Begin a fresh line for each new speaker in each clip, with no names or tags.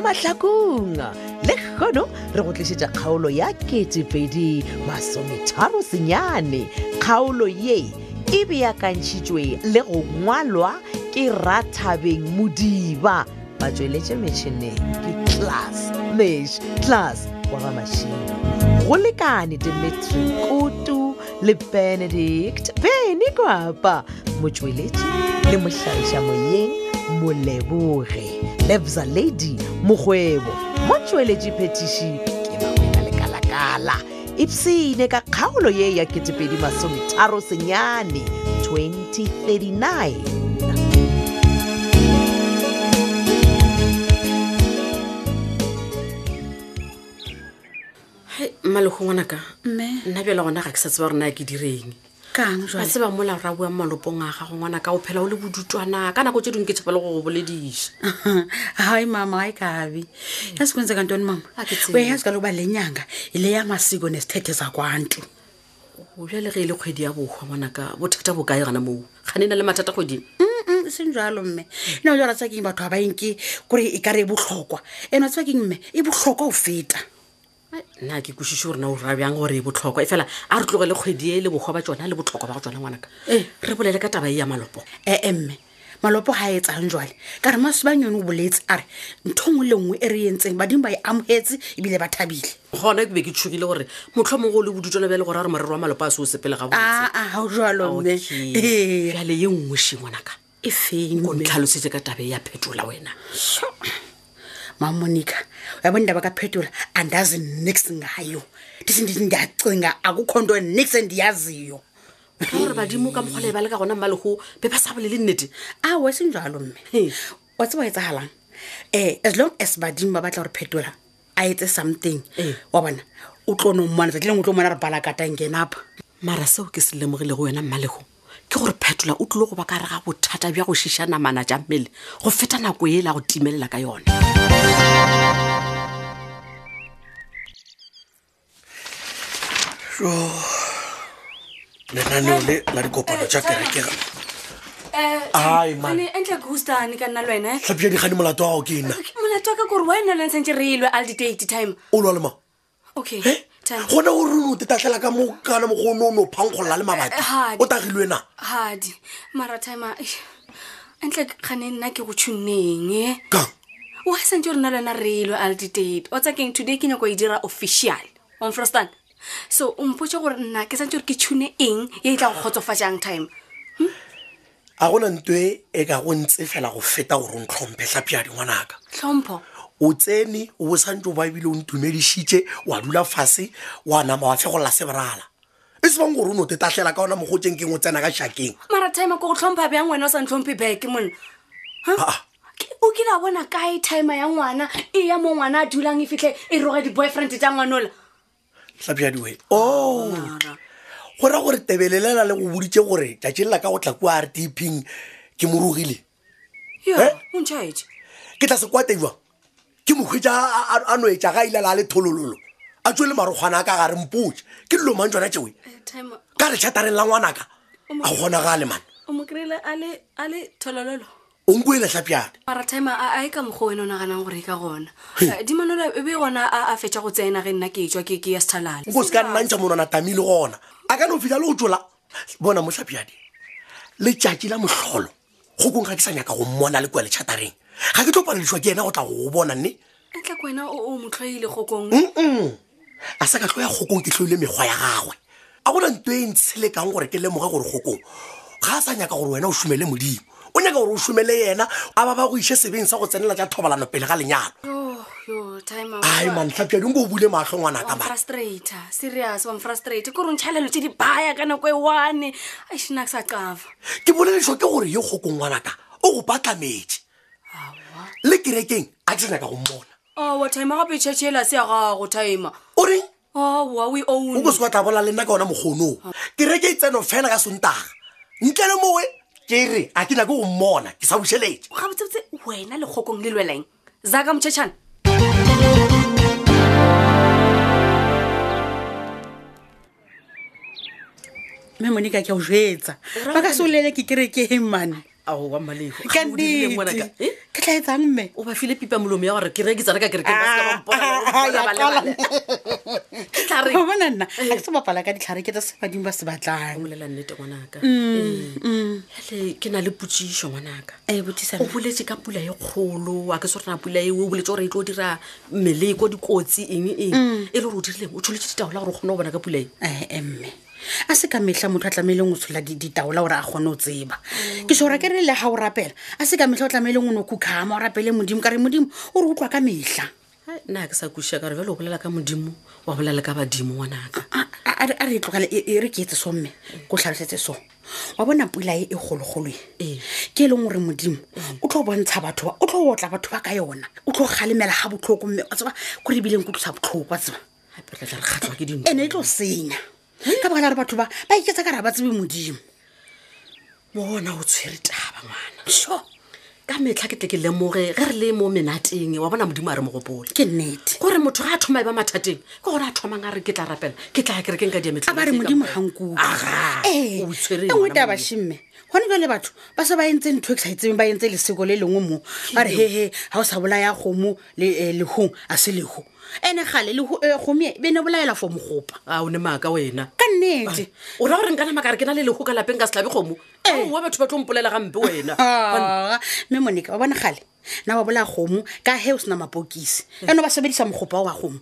mahlakong le kgono re go tlišetša kgaolo ya ketepedi masometharo senyane kgaolo ye e beakantšhitšwe le go ngwalwa ke rathabeng modiba batsweletše metšhineng ke class mesh class wa ga mašimo go lekane dimetri kutu le benedict beny kwapa motsweletši le mohlaiša moyeng moleboge lebza lady mokgwebo mo tsweletše phetiši ke mawena lekalakala ipsene ka kgaolo ye ya 2030 senyane 2039
mmalego ngwanaka
mme
nna bjela gona ga ke sa tseba gore na ke direng
kang
ba
jwale
tseba mola ra buang malopong a gago ngwanaka o phela o le bodutwana ka nako tse dingwe ke tshaba le go go bolediša
hayi mama hayi kabi yazi kwenzeka ntoni mama
A ke tsebe.
uyayazi kaloku uba le nyanga yile yamasiko nezithethe zakwantu
o bjale ge e le kgwedi ya bokgwa ngwanaka bothata bo kae gana moo gane e na le mathata kgweding
Mm, seng jalo mme nna o jala tsa keng batho ga baenke kore e kare e botlhokwa eno tsa keng mme e botlhokwa o feta
nna ha ke kwešiše gore na o ra bjang gore e botlhokwa e fela a re tlogele kgwedi e le bokgwa ba tsona le botlhokwa ba go tsona ngwanaka
Ee.
re bolele ka taba e ya malopo
ee mme malopo ga e tsang jwale ka re masibanyone o boletse a re ntho ngwe le nngwe e re entseng badimo ba e amogetse ebile ba thabile
gona ke be ke tshogile gore motlho mongwe o le bodutwana bjale gore a re morero wa malopo a se o sepele ga
aa gao jalo mme ee
bjale ye nngweše ngwanaka
e feng
o
mme?
ntlhalosetse ka tabe ya phetola wena
mamonica uyabo ndaba kaphethula andazi nix ngayo ndithi ndithi ndiyacinga akukho nto nix endiyaziyo
Ke gore badimo ka mokgole ba le ka gona mmalego be ba sa bolele nnete
awe sinjalo Ah, mme
He.
wa tseba etsagalang um as long as badimo ba batla gore phetola a etse something
Eh.
wa bona o tlo no mmona tsatsi lengwe o tlo mona re balakatangenapa
mara seo ke se lemogile go wena mmalego ke gore phetola o tlile go ba ka re ga bothata bja go šiša namana tša mmele go feta nako e la go timelela ka yona
lenaneo le la dikopano ja kerekega Ai, man.
entle ke hostane ka nna le wena eh?
tlhapia dikgane molato wa gago ke nna
molato wa ka kore wa ena le nsantse re elwe all the date time
o lwa lema Eh?
okay time
gona gore o ne o tetatlhela ka mo kana mogono o ne o phankgolola le
Eh,
mabati
hadi.
o tagilwe na
hadi mara time eh, eish, entle kgane nna ke go tshuneng e
kang
wa santse o rena le wena re elwe all the date o tsakeng today ke nyako e dira official onfrostan so o mpotse gore nna ke santse gore ke tshune eng ye e tla go kgotsofatsang time
a gona nto e e ka go ntse fela go feta gore o ntlhomphe tlhapia dingwanaka
tlhompho
o tsene o bosantse o babile o ntumedišitše wa dula fase wa nama wa fegolola seberala e se bang gore o ne o tetatlhela ka ona mogotseng keng o tsena ka šakeng
mara time ko go tlhompha bjang wena o sa ntlhomphe beke monna
aa
Ke- o kile a bona kae time ya ngwana e ya mo ngwana a dulang e fitlhe e roga di-boyfriend tsa ngwanola
tlhapia diwe o Oh. go ra gore tebelelela le go boditše gore tšatši lela ka go tla kua rtping ke morogile Eh?
ontšhaetse
ke tla se kwateiwa ke mokgwetsa a- a- a noetša ga ile la le tholololo a tswe le marokgwana a ka gare mpotse ke lelomang tsona tseoe
time
ka retšhatareng la ngwanaka a kgona ga a lemane
o mo kry-ile a le tholololo
o nko ele tlhapiane
mara time a a e ka mokgwa wena o naganang gore e ka gona Eh, dimanola e be gona a a fetša go tsena ge nna ke etswa ke ke ya sethalane
nko se ka nnantšha monwana tamile gona a ka no fitlha le go tsola bona motlhapiadi letšatši la motlholo kgokong ga ke sa nyaka go mmona le kua letšhatareng ga ke tlo palelisiwa ke ena go tla go go bona nne
entle ko E wena o o mo tlhoile kgokong
a sa ka tlo ya kgokong ke tlhoile mekgwa ya gagwe a gona nto e ntshelekang gore ke lemoge gore kgokong ga a sa nyaka gore wena o šomele modimo o nyaka gore o šomele yena a ba ba go iše sebeng sa go tsenela tša thobalano pele ga lenyalo
yo yo time
ai mantlhapiadi nko o bule maatlho ngwanaka ma
frustrator serious wam frustrator kore ntšhalelo tse di baya ka nako e one a šhina ke sa qafa
ke bolelešwa ke gore ye kgokong ngwanaka o go patlametse le kerekeng a ke sa nyaka go mmona
awa time Oh, gape tšhetšhela se ya gago time
o reng
awa o e
o
own
ko se kwa tla bola le nna ka ona mokgonong kereke e tseno fela ka sontaga ntle le mowe ke re a ke nyake go mmona ke sa bušeletse
gabotsebotse wena lekgokong le lweleng zaka motšhetšhana
mme monica ke a o jetsa ba ka se o lele ke kerekeng mane
ao wa mmalego
ka eh? nnete ke tla etsang
eh?
mme
o ba file pipa molomo ya gore ke reke tsana ka Ah, kerekeabalebalebaleke tla re
wa bona nna ga ke se bapala ka ditlhare ke tsa se badimo ba se batlang
bolela nnete ngwanaka mm. ale ke na le potsiso ngwanaka
Eh, botsisa
o
mme.
boletse ka pula e kgolo a ke sorena pula eo o boletse gore e tlo dira meleko dikotsi eng eng e le gore o dirileng o tsholetse ditaola gore o kgone go bona ka pula e
ee Eh, mme a se ka metlha motho a tlameileng o tshola di- ditaola gore a kgone go tseba ke sora ke re le ga o rapela a se ka metlha o tlameileng o ne o kukhama o rapele modimo ka re modimo o re utlwa ka metlha
Hai, nna ha ke sa kusia ka re bjale o bolela ka modimo wa bolela ka badimo ngwanaka
a a- a re- a re e tlogele e e re ke etse so mme ko tlhalosetse so wa bona pula e e gologoloe
Ee.
ke e leng gore modimo o tlo bontsha batho ba o tlo otla batho ba ka yona o tlo galemela ga botlhoko mme wa tseba kore ebileng ko tlosa botlhoko wa tseba
gape re tla re kgatlhwa ke dino
ene e tlo senya ka baka la gore batho ba ba iketsa ka re a ba tsebe modimo
bona o tshwere taba ngwana
sure
ka metlha ke tle ke lemoge ge re le mo menateng wa bona modimo a re mogopole
ke nnete
gore motho ga a thoma e ba mathateng ke gore a thomang a re ke tla rapela ke tla ya kerekeng ka diametlha
a ba re modimo gankuku ee e nngwe taba shimme gone jale batho ba se ba entse ntho e ke sa itsebeng ba entse leseko le lengwe moo ba re hehe ga o sa bolaya kgomo le- eh, lehong a se leho ene gale kgomi e, be ne bolaela for mogopa
a o ne maaka wena
ka nnete
o ra gore nka namaka re ke na le lego ka lapeng ka se labe kgomo owa batho ba tlo mpolela gampe wena Bana,
Ah, mme monika wa bona gale na wa bolaya kgomo ka he o sena mapokisi eno ba sebedisa mogopa o wa kgomo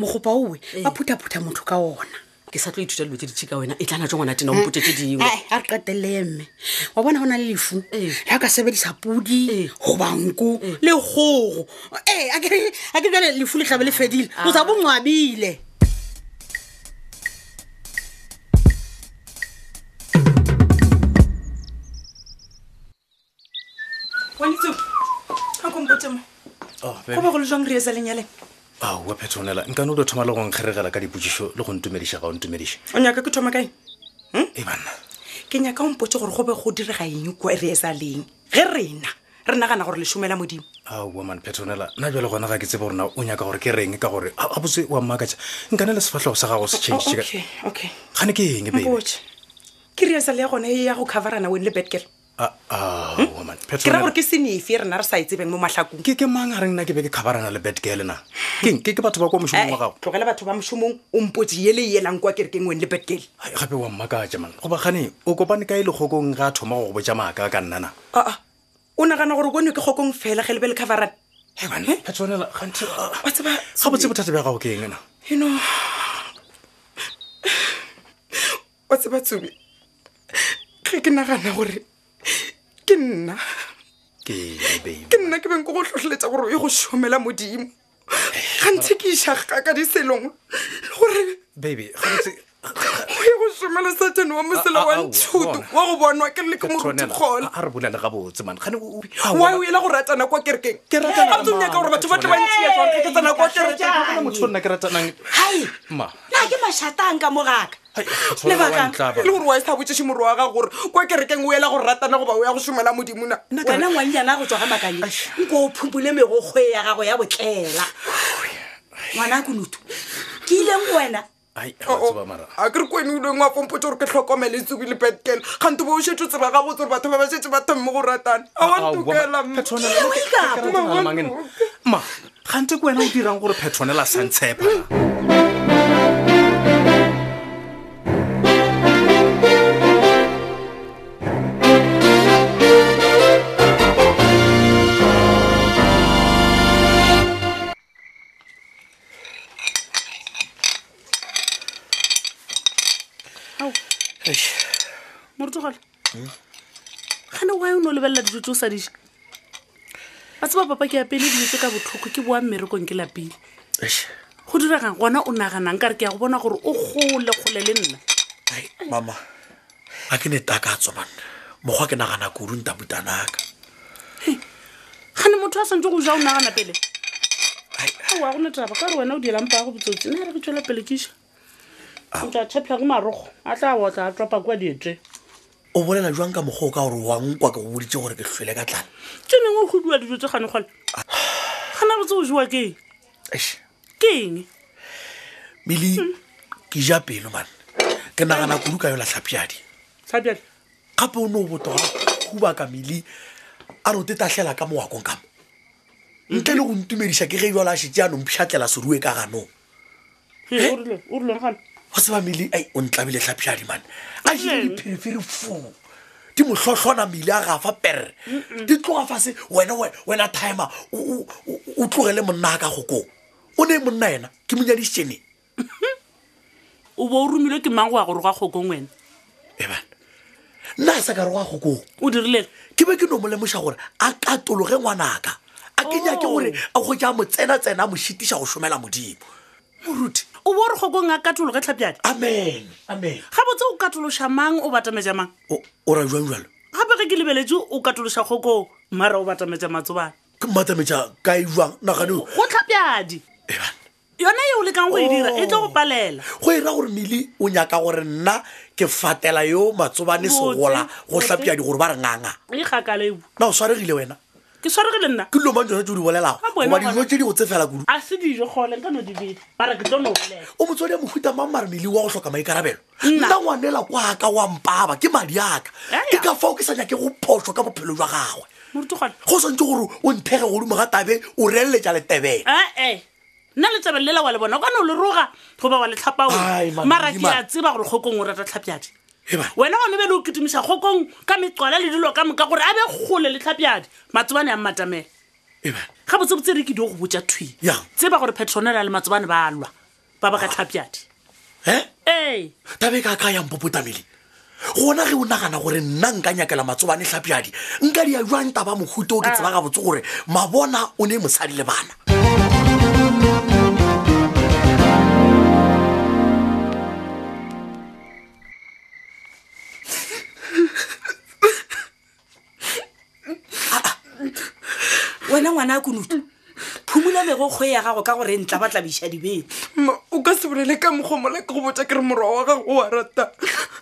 mogopa owe ba phuthaphutha motho ka ona
ke sa tlo ithuta dilo tse ditšhi ka wena e tla na tse ngwana tena ompotse tse dingwe
Ai, a re qetelele mme wa bona go na le lefu
Ee.
Eh.
le a ka sebedisa podi
Ee.
goba nko le kgogo ee a ke- a ke jale lefu le tlabe le fedile
Ah.
o sa bongwabile
wanetse a kompotse mo go ba go le jang re etsa lenyaleng
aowa phetonela nkane o do thoma le go nkgeregela ka dipotšišo le go ntumediša ga o ntumediše
o nyaka ke thoma kae
e banna
ke nyaka o mpotse gore go be go direga eng ko re etsa leng ge rena re nagana gore lesome la modimo
aowa man phetonela nna jale gona ga ke tsebe gorena o nyaka gore ke reng ka gore a a botse wa mmakatša nkane le sefatlhego sa gago se
Oh,
changee
okay Oh, okay
gane ke eng babe
mpotse ke reetsale ya gone e ya go coverana wene le betgirl
aowa man
Hmm? ke ra gore
phetonela
ke senefe re na re sa e tsebeng mo matlhakong
ke ke mang a reng nna ke be ke kgabarana le betgale na keng ke ke batho ba kwa mošomong wa gago
Ai, tlogela batho ba mošomong o mpotse ye le yelang kwa kerekeng wene le betgirl
Ai, gape wa mmakatša man goba gane o kopane ka e legokong ga a thoma go go botja maaka ka nnana
aa Ah, o nagana gore konwe ke kgokong fela ge le be le coverana
phetonela gante ga
wa tseba
botse bothata bja gago ke eng na
you know wa tseba tsube ge ke nagana gore ke nna
ke babe
ke nna ke beng ke go tlhotlheletsa gore o ye go šomela modimo gantse ke išaga ka diselong le gore
babe gabotse
o ye go šomela satane wa mosela
A- a-
wa
aowa,
ntshuto
bona.
wa go bonwa ke le ke moruti
Petronella,
kgole
a- a re bolele gabotse man gane o- o-
wa e o
aowa,
ele go ratana kwa kerekeng
Ke ratana
a tso nyaka
mang,
gore batho ba
Eh.
tle ba ntšea jwang ge ke tsena kwa kerekeng
gona motho o nna ke ratanang
Hai.
ma
na ke mašatang ka mogaka
Hai, Petronella, wa ntlaba.
lebaka le gore wa e sa botsese moro wa gago gore kwa kerekeng o ela go ratana goba o ya go somela modimona
wena ngwannyana a go tswa ga makanye nko o phupole megogo e ya gago ya botlela ngwana a konutu ke ileng go wena
Ai, wa tseba mara
a kere kwene o ileng wa pompotse gore ke tlhokomele tsebi le petkele gante bo o shetse o tseba gabotse gore batho ba ba shetse ba thomme go ratana a wa
Aowa,
ntokela
man, Petronella, ke- ke ratana le mang ena? ma gante ke wena o dirang gore petronela sa ntshepa na?
morutogole
Hmm?
gane wae o ne o lebelela dijo tse o sa dija ba tseba papa ke apele dijo tse ka botlhoko ke boa mmerekong ke lapile
Eish.
go diraga gona o naganang ka re ke ya go bona gore o gole kgole le nna
Ai, mama a ke ne takatso man mokgwa ke nagana kudu ntabutanaka
gane motho a santse go ja o nagana pele oa gona taba ka gore wena o dielampa go botsotsi nna re ke tswela pele kesa
Ah.
ntse a tšhepela go marogo a tla botla a tropa kua diete
o bolela jwang ka mokgwa o ka gore wa nkwa ke go boditse gore ke tlhwele ka tlala
tse neng o gobiwa dijo tse gane gole gana botse go jewa ke eng
Eish.
ke eng
mele ke ja pelo man ke nagana kudu ka yola tlhapjadi
sabjale
gape o ne o botoga khuba kamele a re o tetatlela ka moakong kamo ntle le go ntumediša ke ge jalo a šetse anong pšhatlela serue ka ganong
He, o rile- o rileng gane
go tseba mele ai o ntlabile tlhapšadi mane a jele dipherefere foo di mohlohlona mele a gafa perre di tloga fase wena we- wena timer o- o o- o tlogele monna a ka gokong o ne monna ena ke monyadišitšeneng
o bo o romilwe ke mang go ya gore go a kgokong wena
ebana nna a sa ka re go a gokong
o dirileng
ke be ke no mo lemoša gore a katologe ngwanaka a ke nyake gore a go ja mo tsena-tsena a mo šitiša go šomela modimo moruti
o bo o re kgokong a katologe tlhapjane
amen amen
gabotse o katološa mang o batametša mang
o o ra jwang jalo
gape ge ke lebeletse o katološa kgokong mmara o batametša matsobane
ke matametša ka e jwang naganeo
go tlhapjadi
ebana
yona e o lekang go e dira e tlo go palela
Oh. go ira gore mele o nyaka gore nna ke fatela yo matsobane
Botse,
segola go
botse.
tlhapiadi gore ba re nganga
e gakalebu
na o swaregile wena
ke swaregile nna
ke dilo mang tsone tse o di bolelago
Ka boena
goba dilo
gona.
tse di go tse fela kudu
a se dijo gole nka no dibile mara ke tlo no bolela
o motswadi a mofuta mang mare mele wa go tlhoka maikarabelo nna ngwanela kwaka wa mpaba ke madi aka
Aya.
ke ka fao ke sa nyake go phoso ka bophelo jwa gagwe
moruti gone
go santse gore o nthege godimo ga tabe o reeletša letebele
ee nna letsebele lela wa le bona o ka no le roga goba wa le tlhapa
Ai,
one
Mami,
mara ke a
Mami.
tseba gore kgokong o rata tlhapjadi
Ebana.
wena gone bele o ketumisa kgokong ka metswala le dilo ka moka gore a be kgole le tlhapjadi matsobane a mmatamela
Ebana.
ga botsebotse re ke dio go botja thuyi
Yang?
tseba gore petronela le matsobane ba lwa ba ba ka tlhapjadi
he
ee
tabe ka ka yang popotamele gona ge o nagana gore nna nka nyakela matsobane tlhapiadi nka di a jwang taba mohuta o ke tseba gabotse gore mabona o ne mosadi le bana
wena ngwana a konutu phumola megokgo ya gago ka gore ntla ba tlabiša dibeng
mma o ka se bolele ka mogomola ke go botsa ke re morwa wa gago wa rata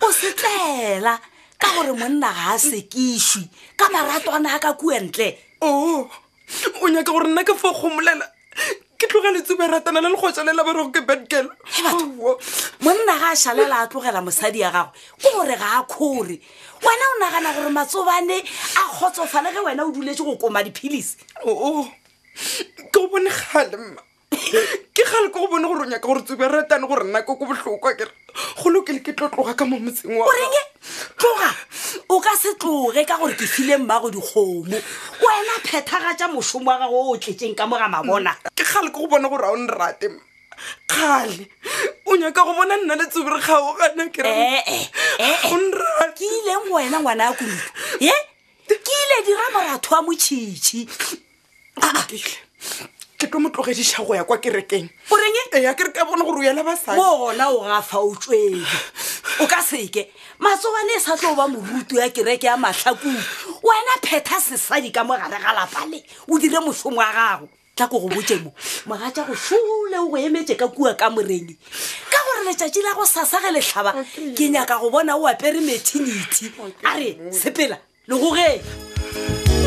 o setlela ka gore monna ga a sekišwi ka maratwana a ka kuentle
oo o nyaka gore nna ke fa kgomolela ke tloga letsube ratana le legoja le la barego ke bedkelo
monna ga a šalela a tlogela mosadi ya gagwe ke gore ga a kgore wena o nagana gore matsobane a kgotsofale ge wena o duletse go koma diphilisi
oo ke go bone gale mma ke gale ke go bone gore o nyaka gore tsube ratane gore nna ko ko botlhokwa kere go lokele ke tlo tloga ka mo motseng wa
o renge tloga o ka se tloge ka gore ke file mmago dikgomo wena phethagatša mošomo wa gago o tletseng ka mo ga mabona
ke gale ke go bona gore a o nrate mma kgale o nyaka go bona nna le tsube re kgaogana kere
ee eh.
o nrate
ke ileng go wena ngwana ya kunutu ye ke ile dira moratho wa motšhitšhi Ah,
lokile ke tlo mo tlogediša go ya kwa kerekeng
o renge
ee a kere ke a bona gore o yala basadi
mo gona o gafa o tswedi o ka seke matsobane e sa tlo ba morutu ya kereke ya matlhakong wena phetha sesadi ka mo gare ga lapale o dire mošomo wa gago tla ko go botse mo mogatša go šole o go emetse ka kua ka moreng ka gore letšatši la go sasa ge letlhaba ke nyaka go bona o apere maternity a re sepela le gogeng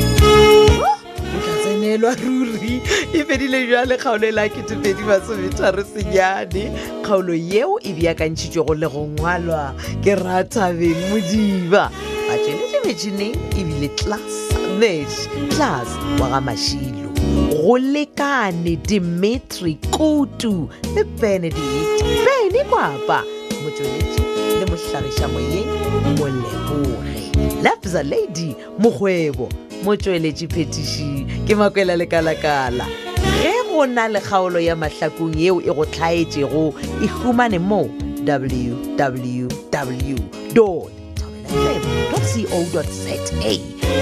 o tla tsenelwa ruri e fedile jale kgaolo e la ketepedi masometharo senyane kgaolo yeo e beakantšhitšwego le go ngwalwa ke ratabeng modiba a tsweletše metšhineng e ebile tlas match tlas wa ga mašilo go lekane dimetri kutu le benedict bene kwapa motsweletši le mohlagiša moyeng moleboge lafza lady mokgwebo motsweletši phetiši ke makwela lekalakala ge go na le kgaolo ya mahlakong yeo e go tlhaetšego e humane mo www co.za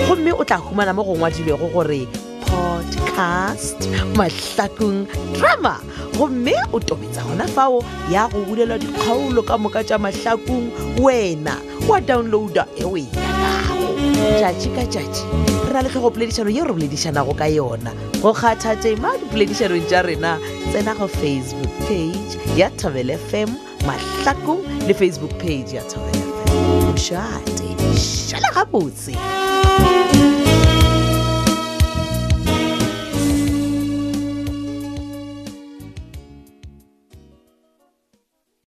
gomme o tla humana mo go ngwadilwego gore podcast mahlakong drama gomme o tobetsa gona fao ya go bulelwa dikgaolo ka moka tša mahlakong wena wa downloada e o e nyakago tšatši ka tšatši re na le tlhogo poledišano yeo re boledišanago ka yona go kgatha tema dipoledišanong tša rena tsena go facebook page ya tabel fm mahlakong le facebook page ya tabel fm mošate šala gabotse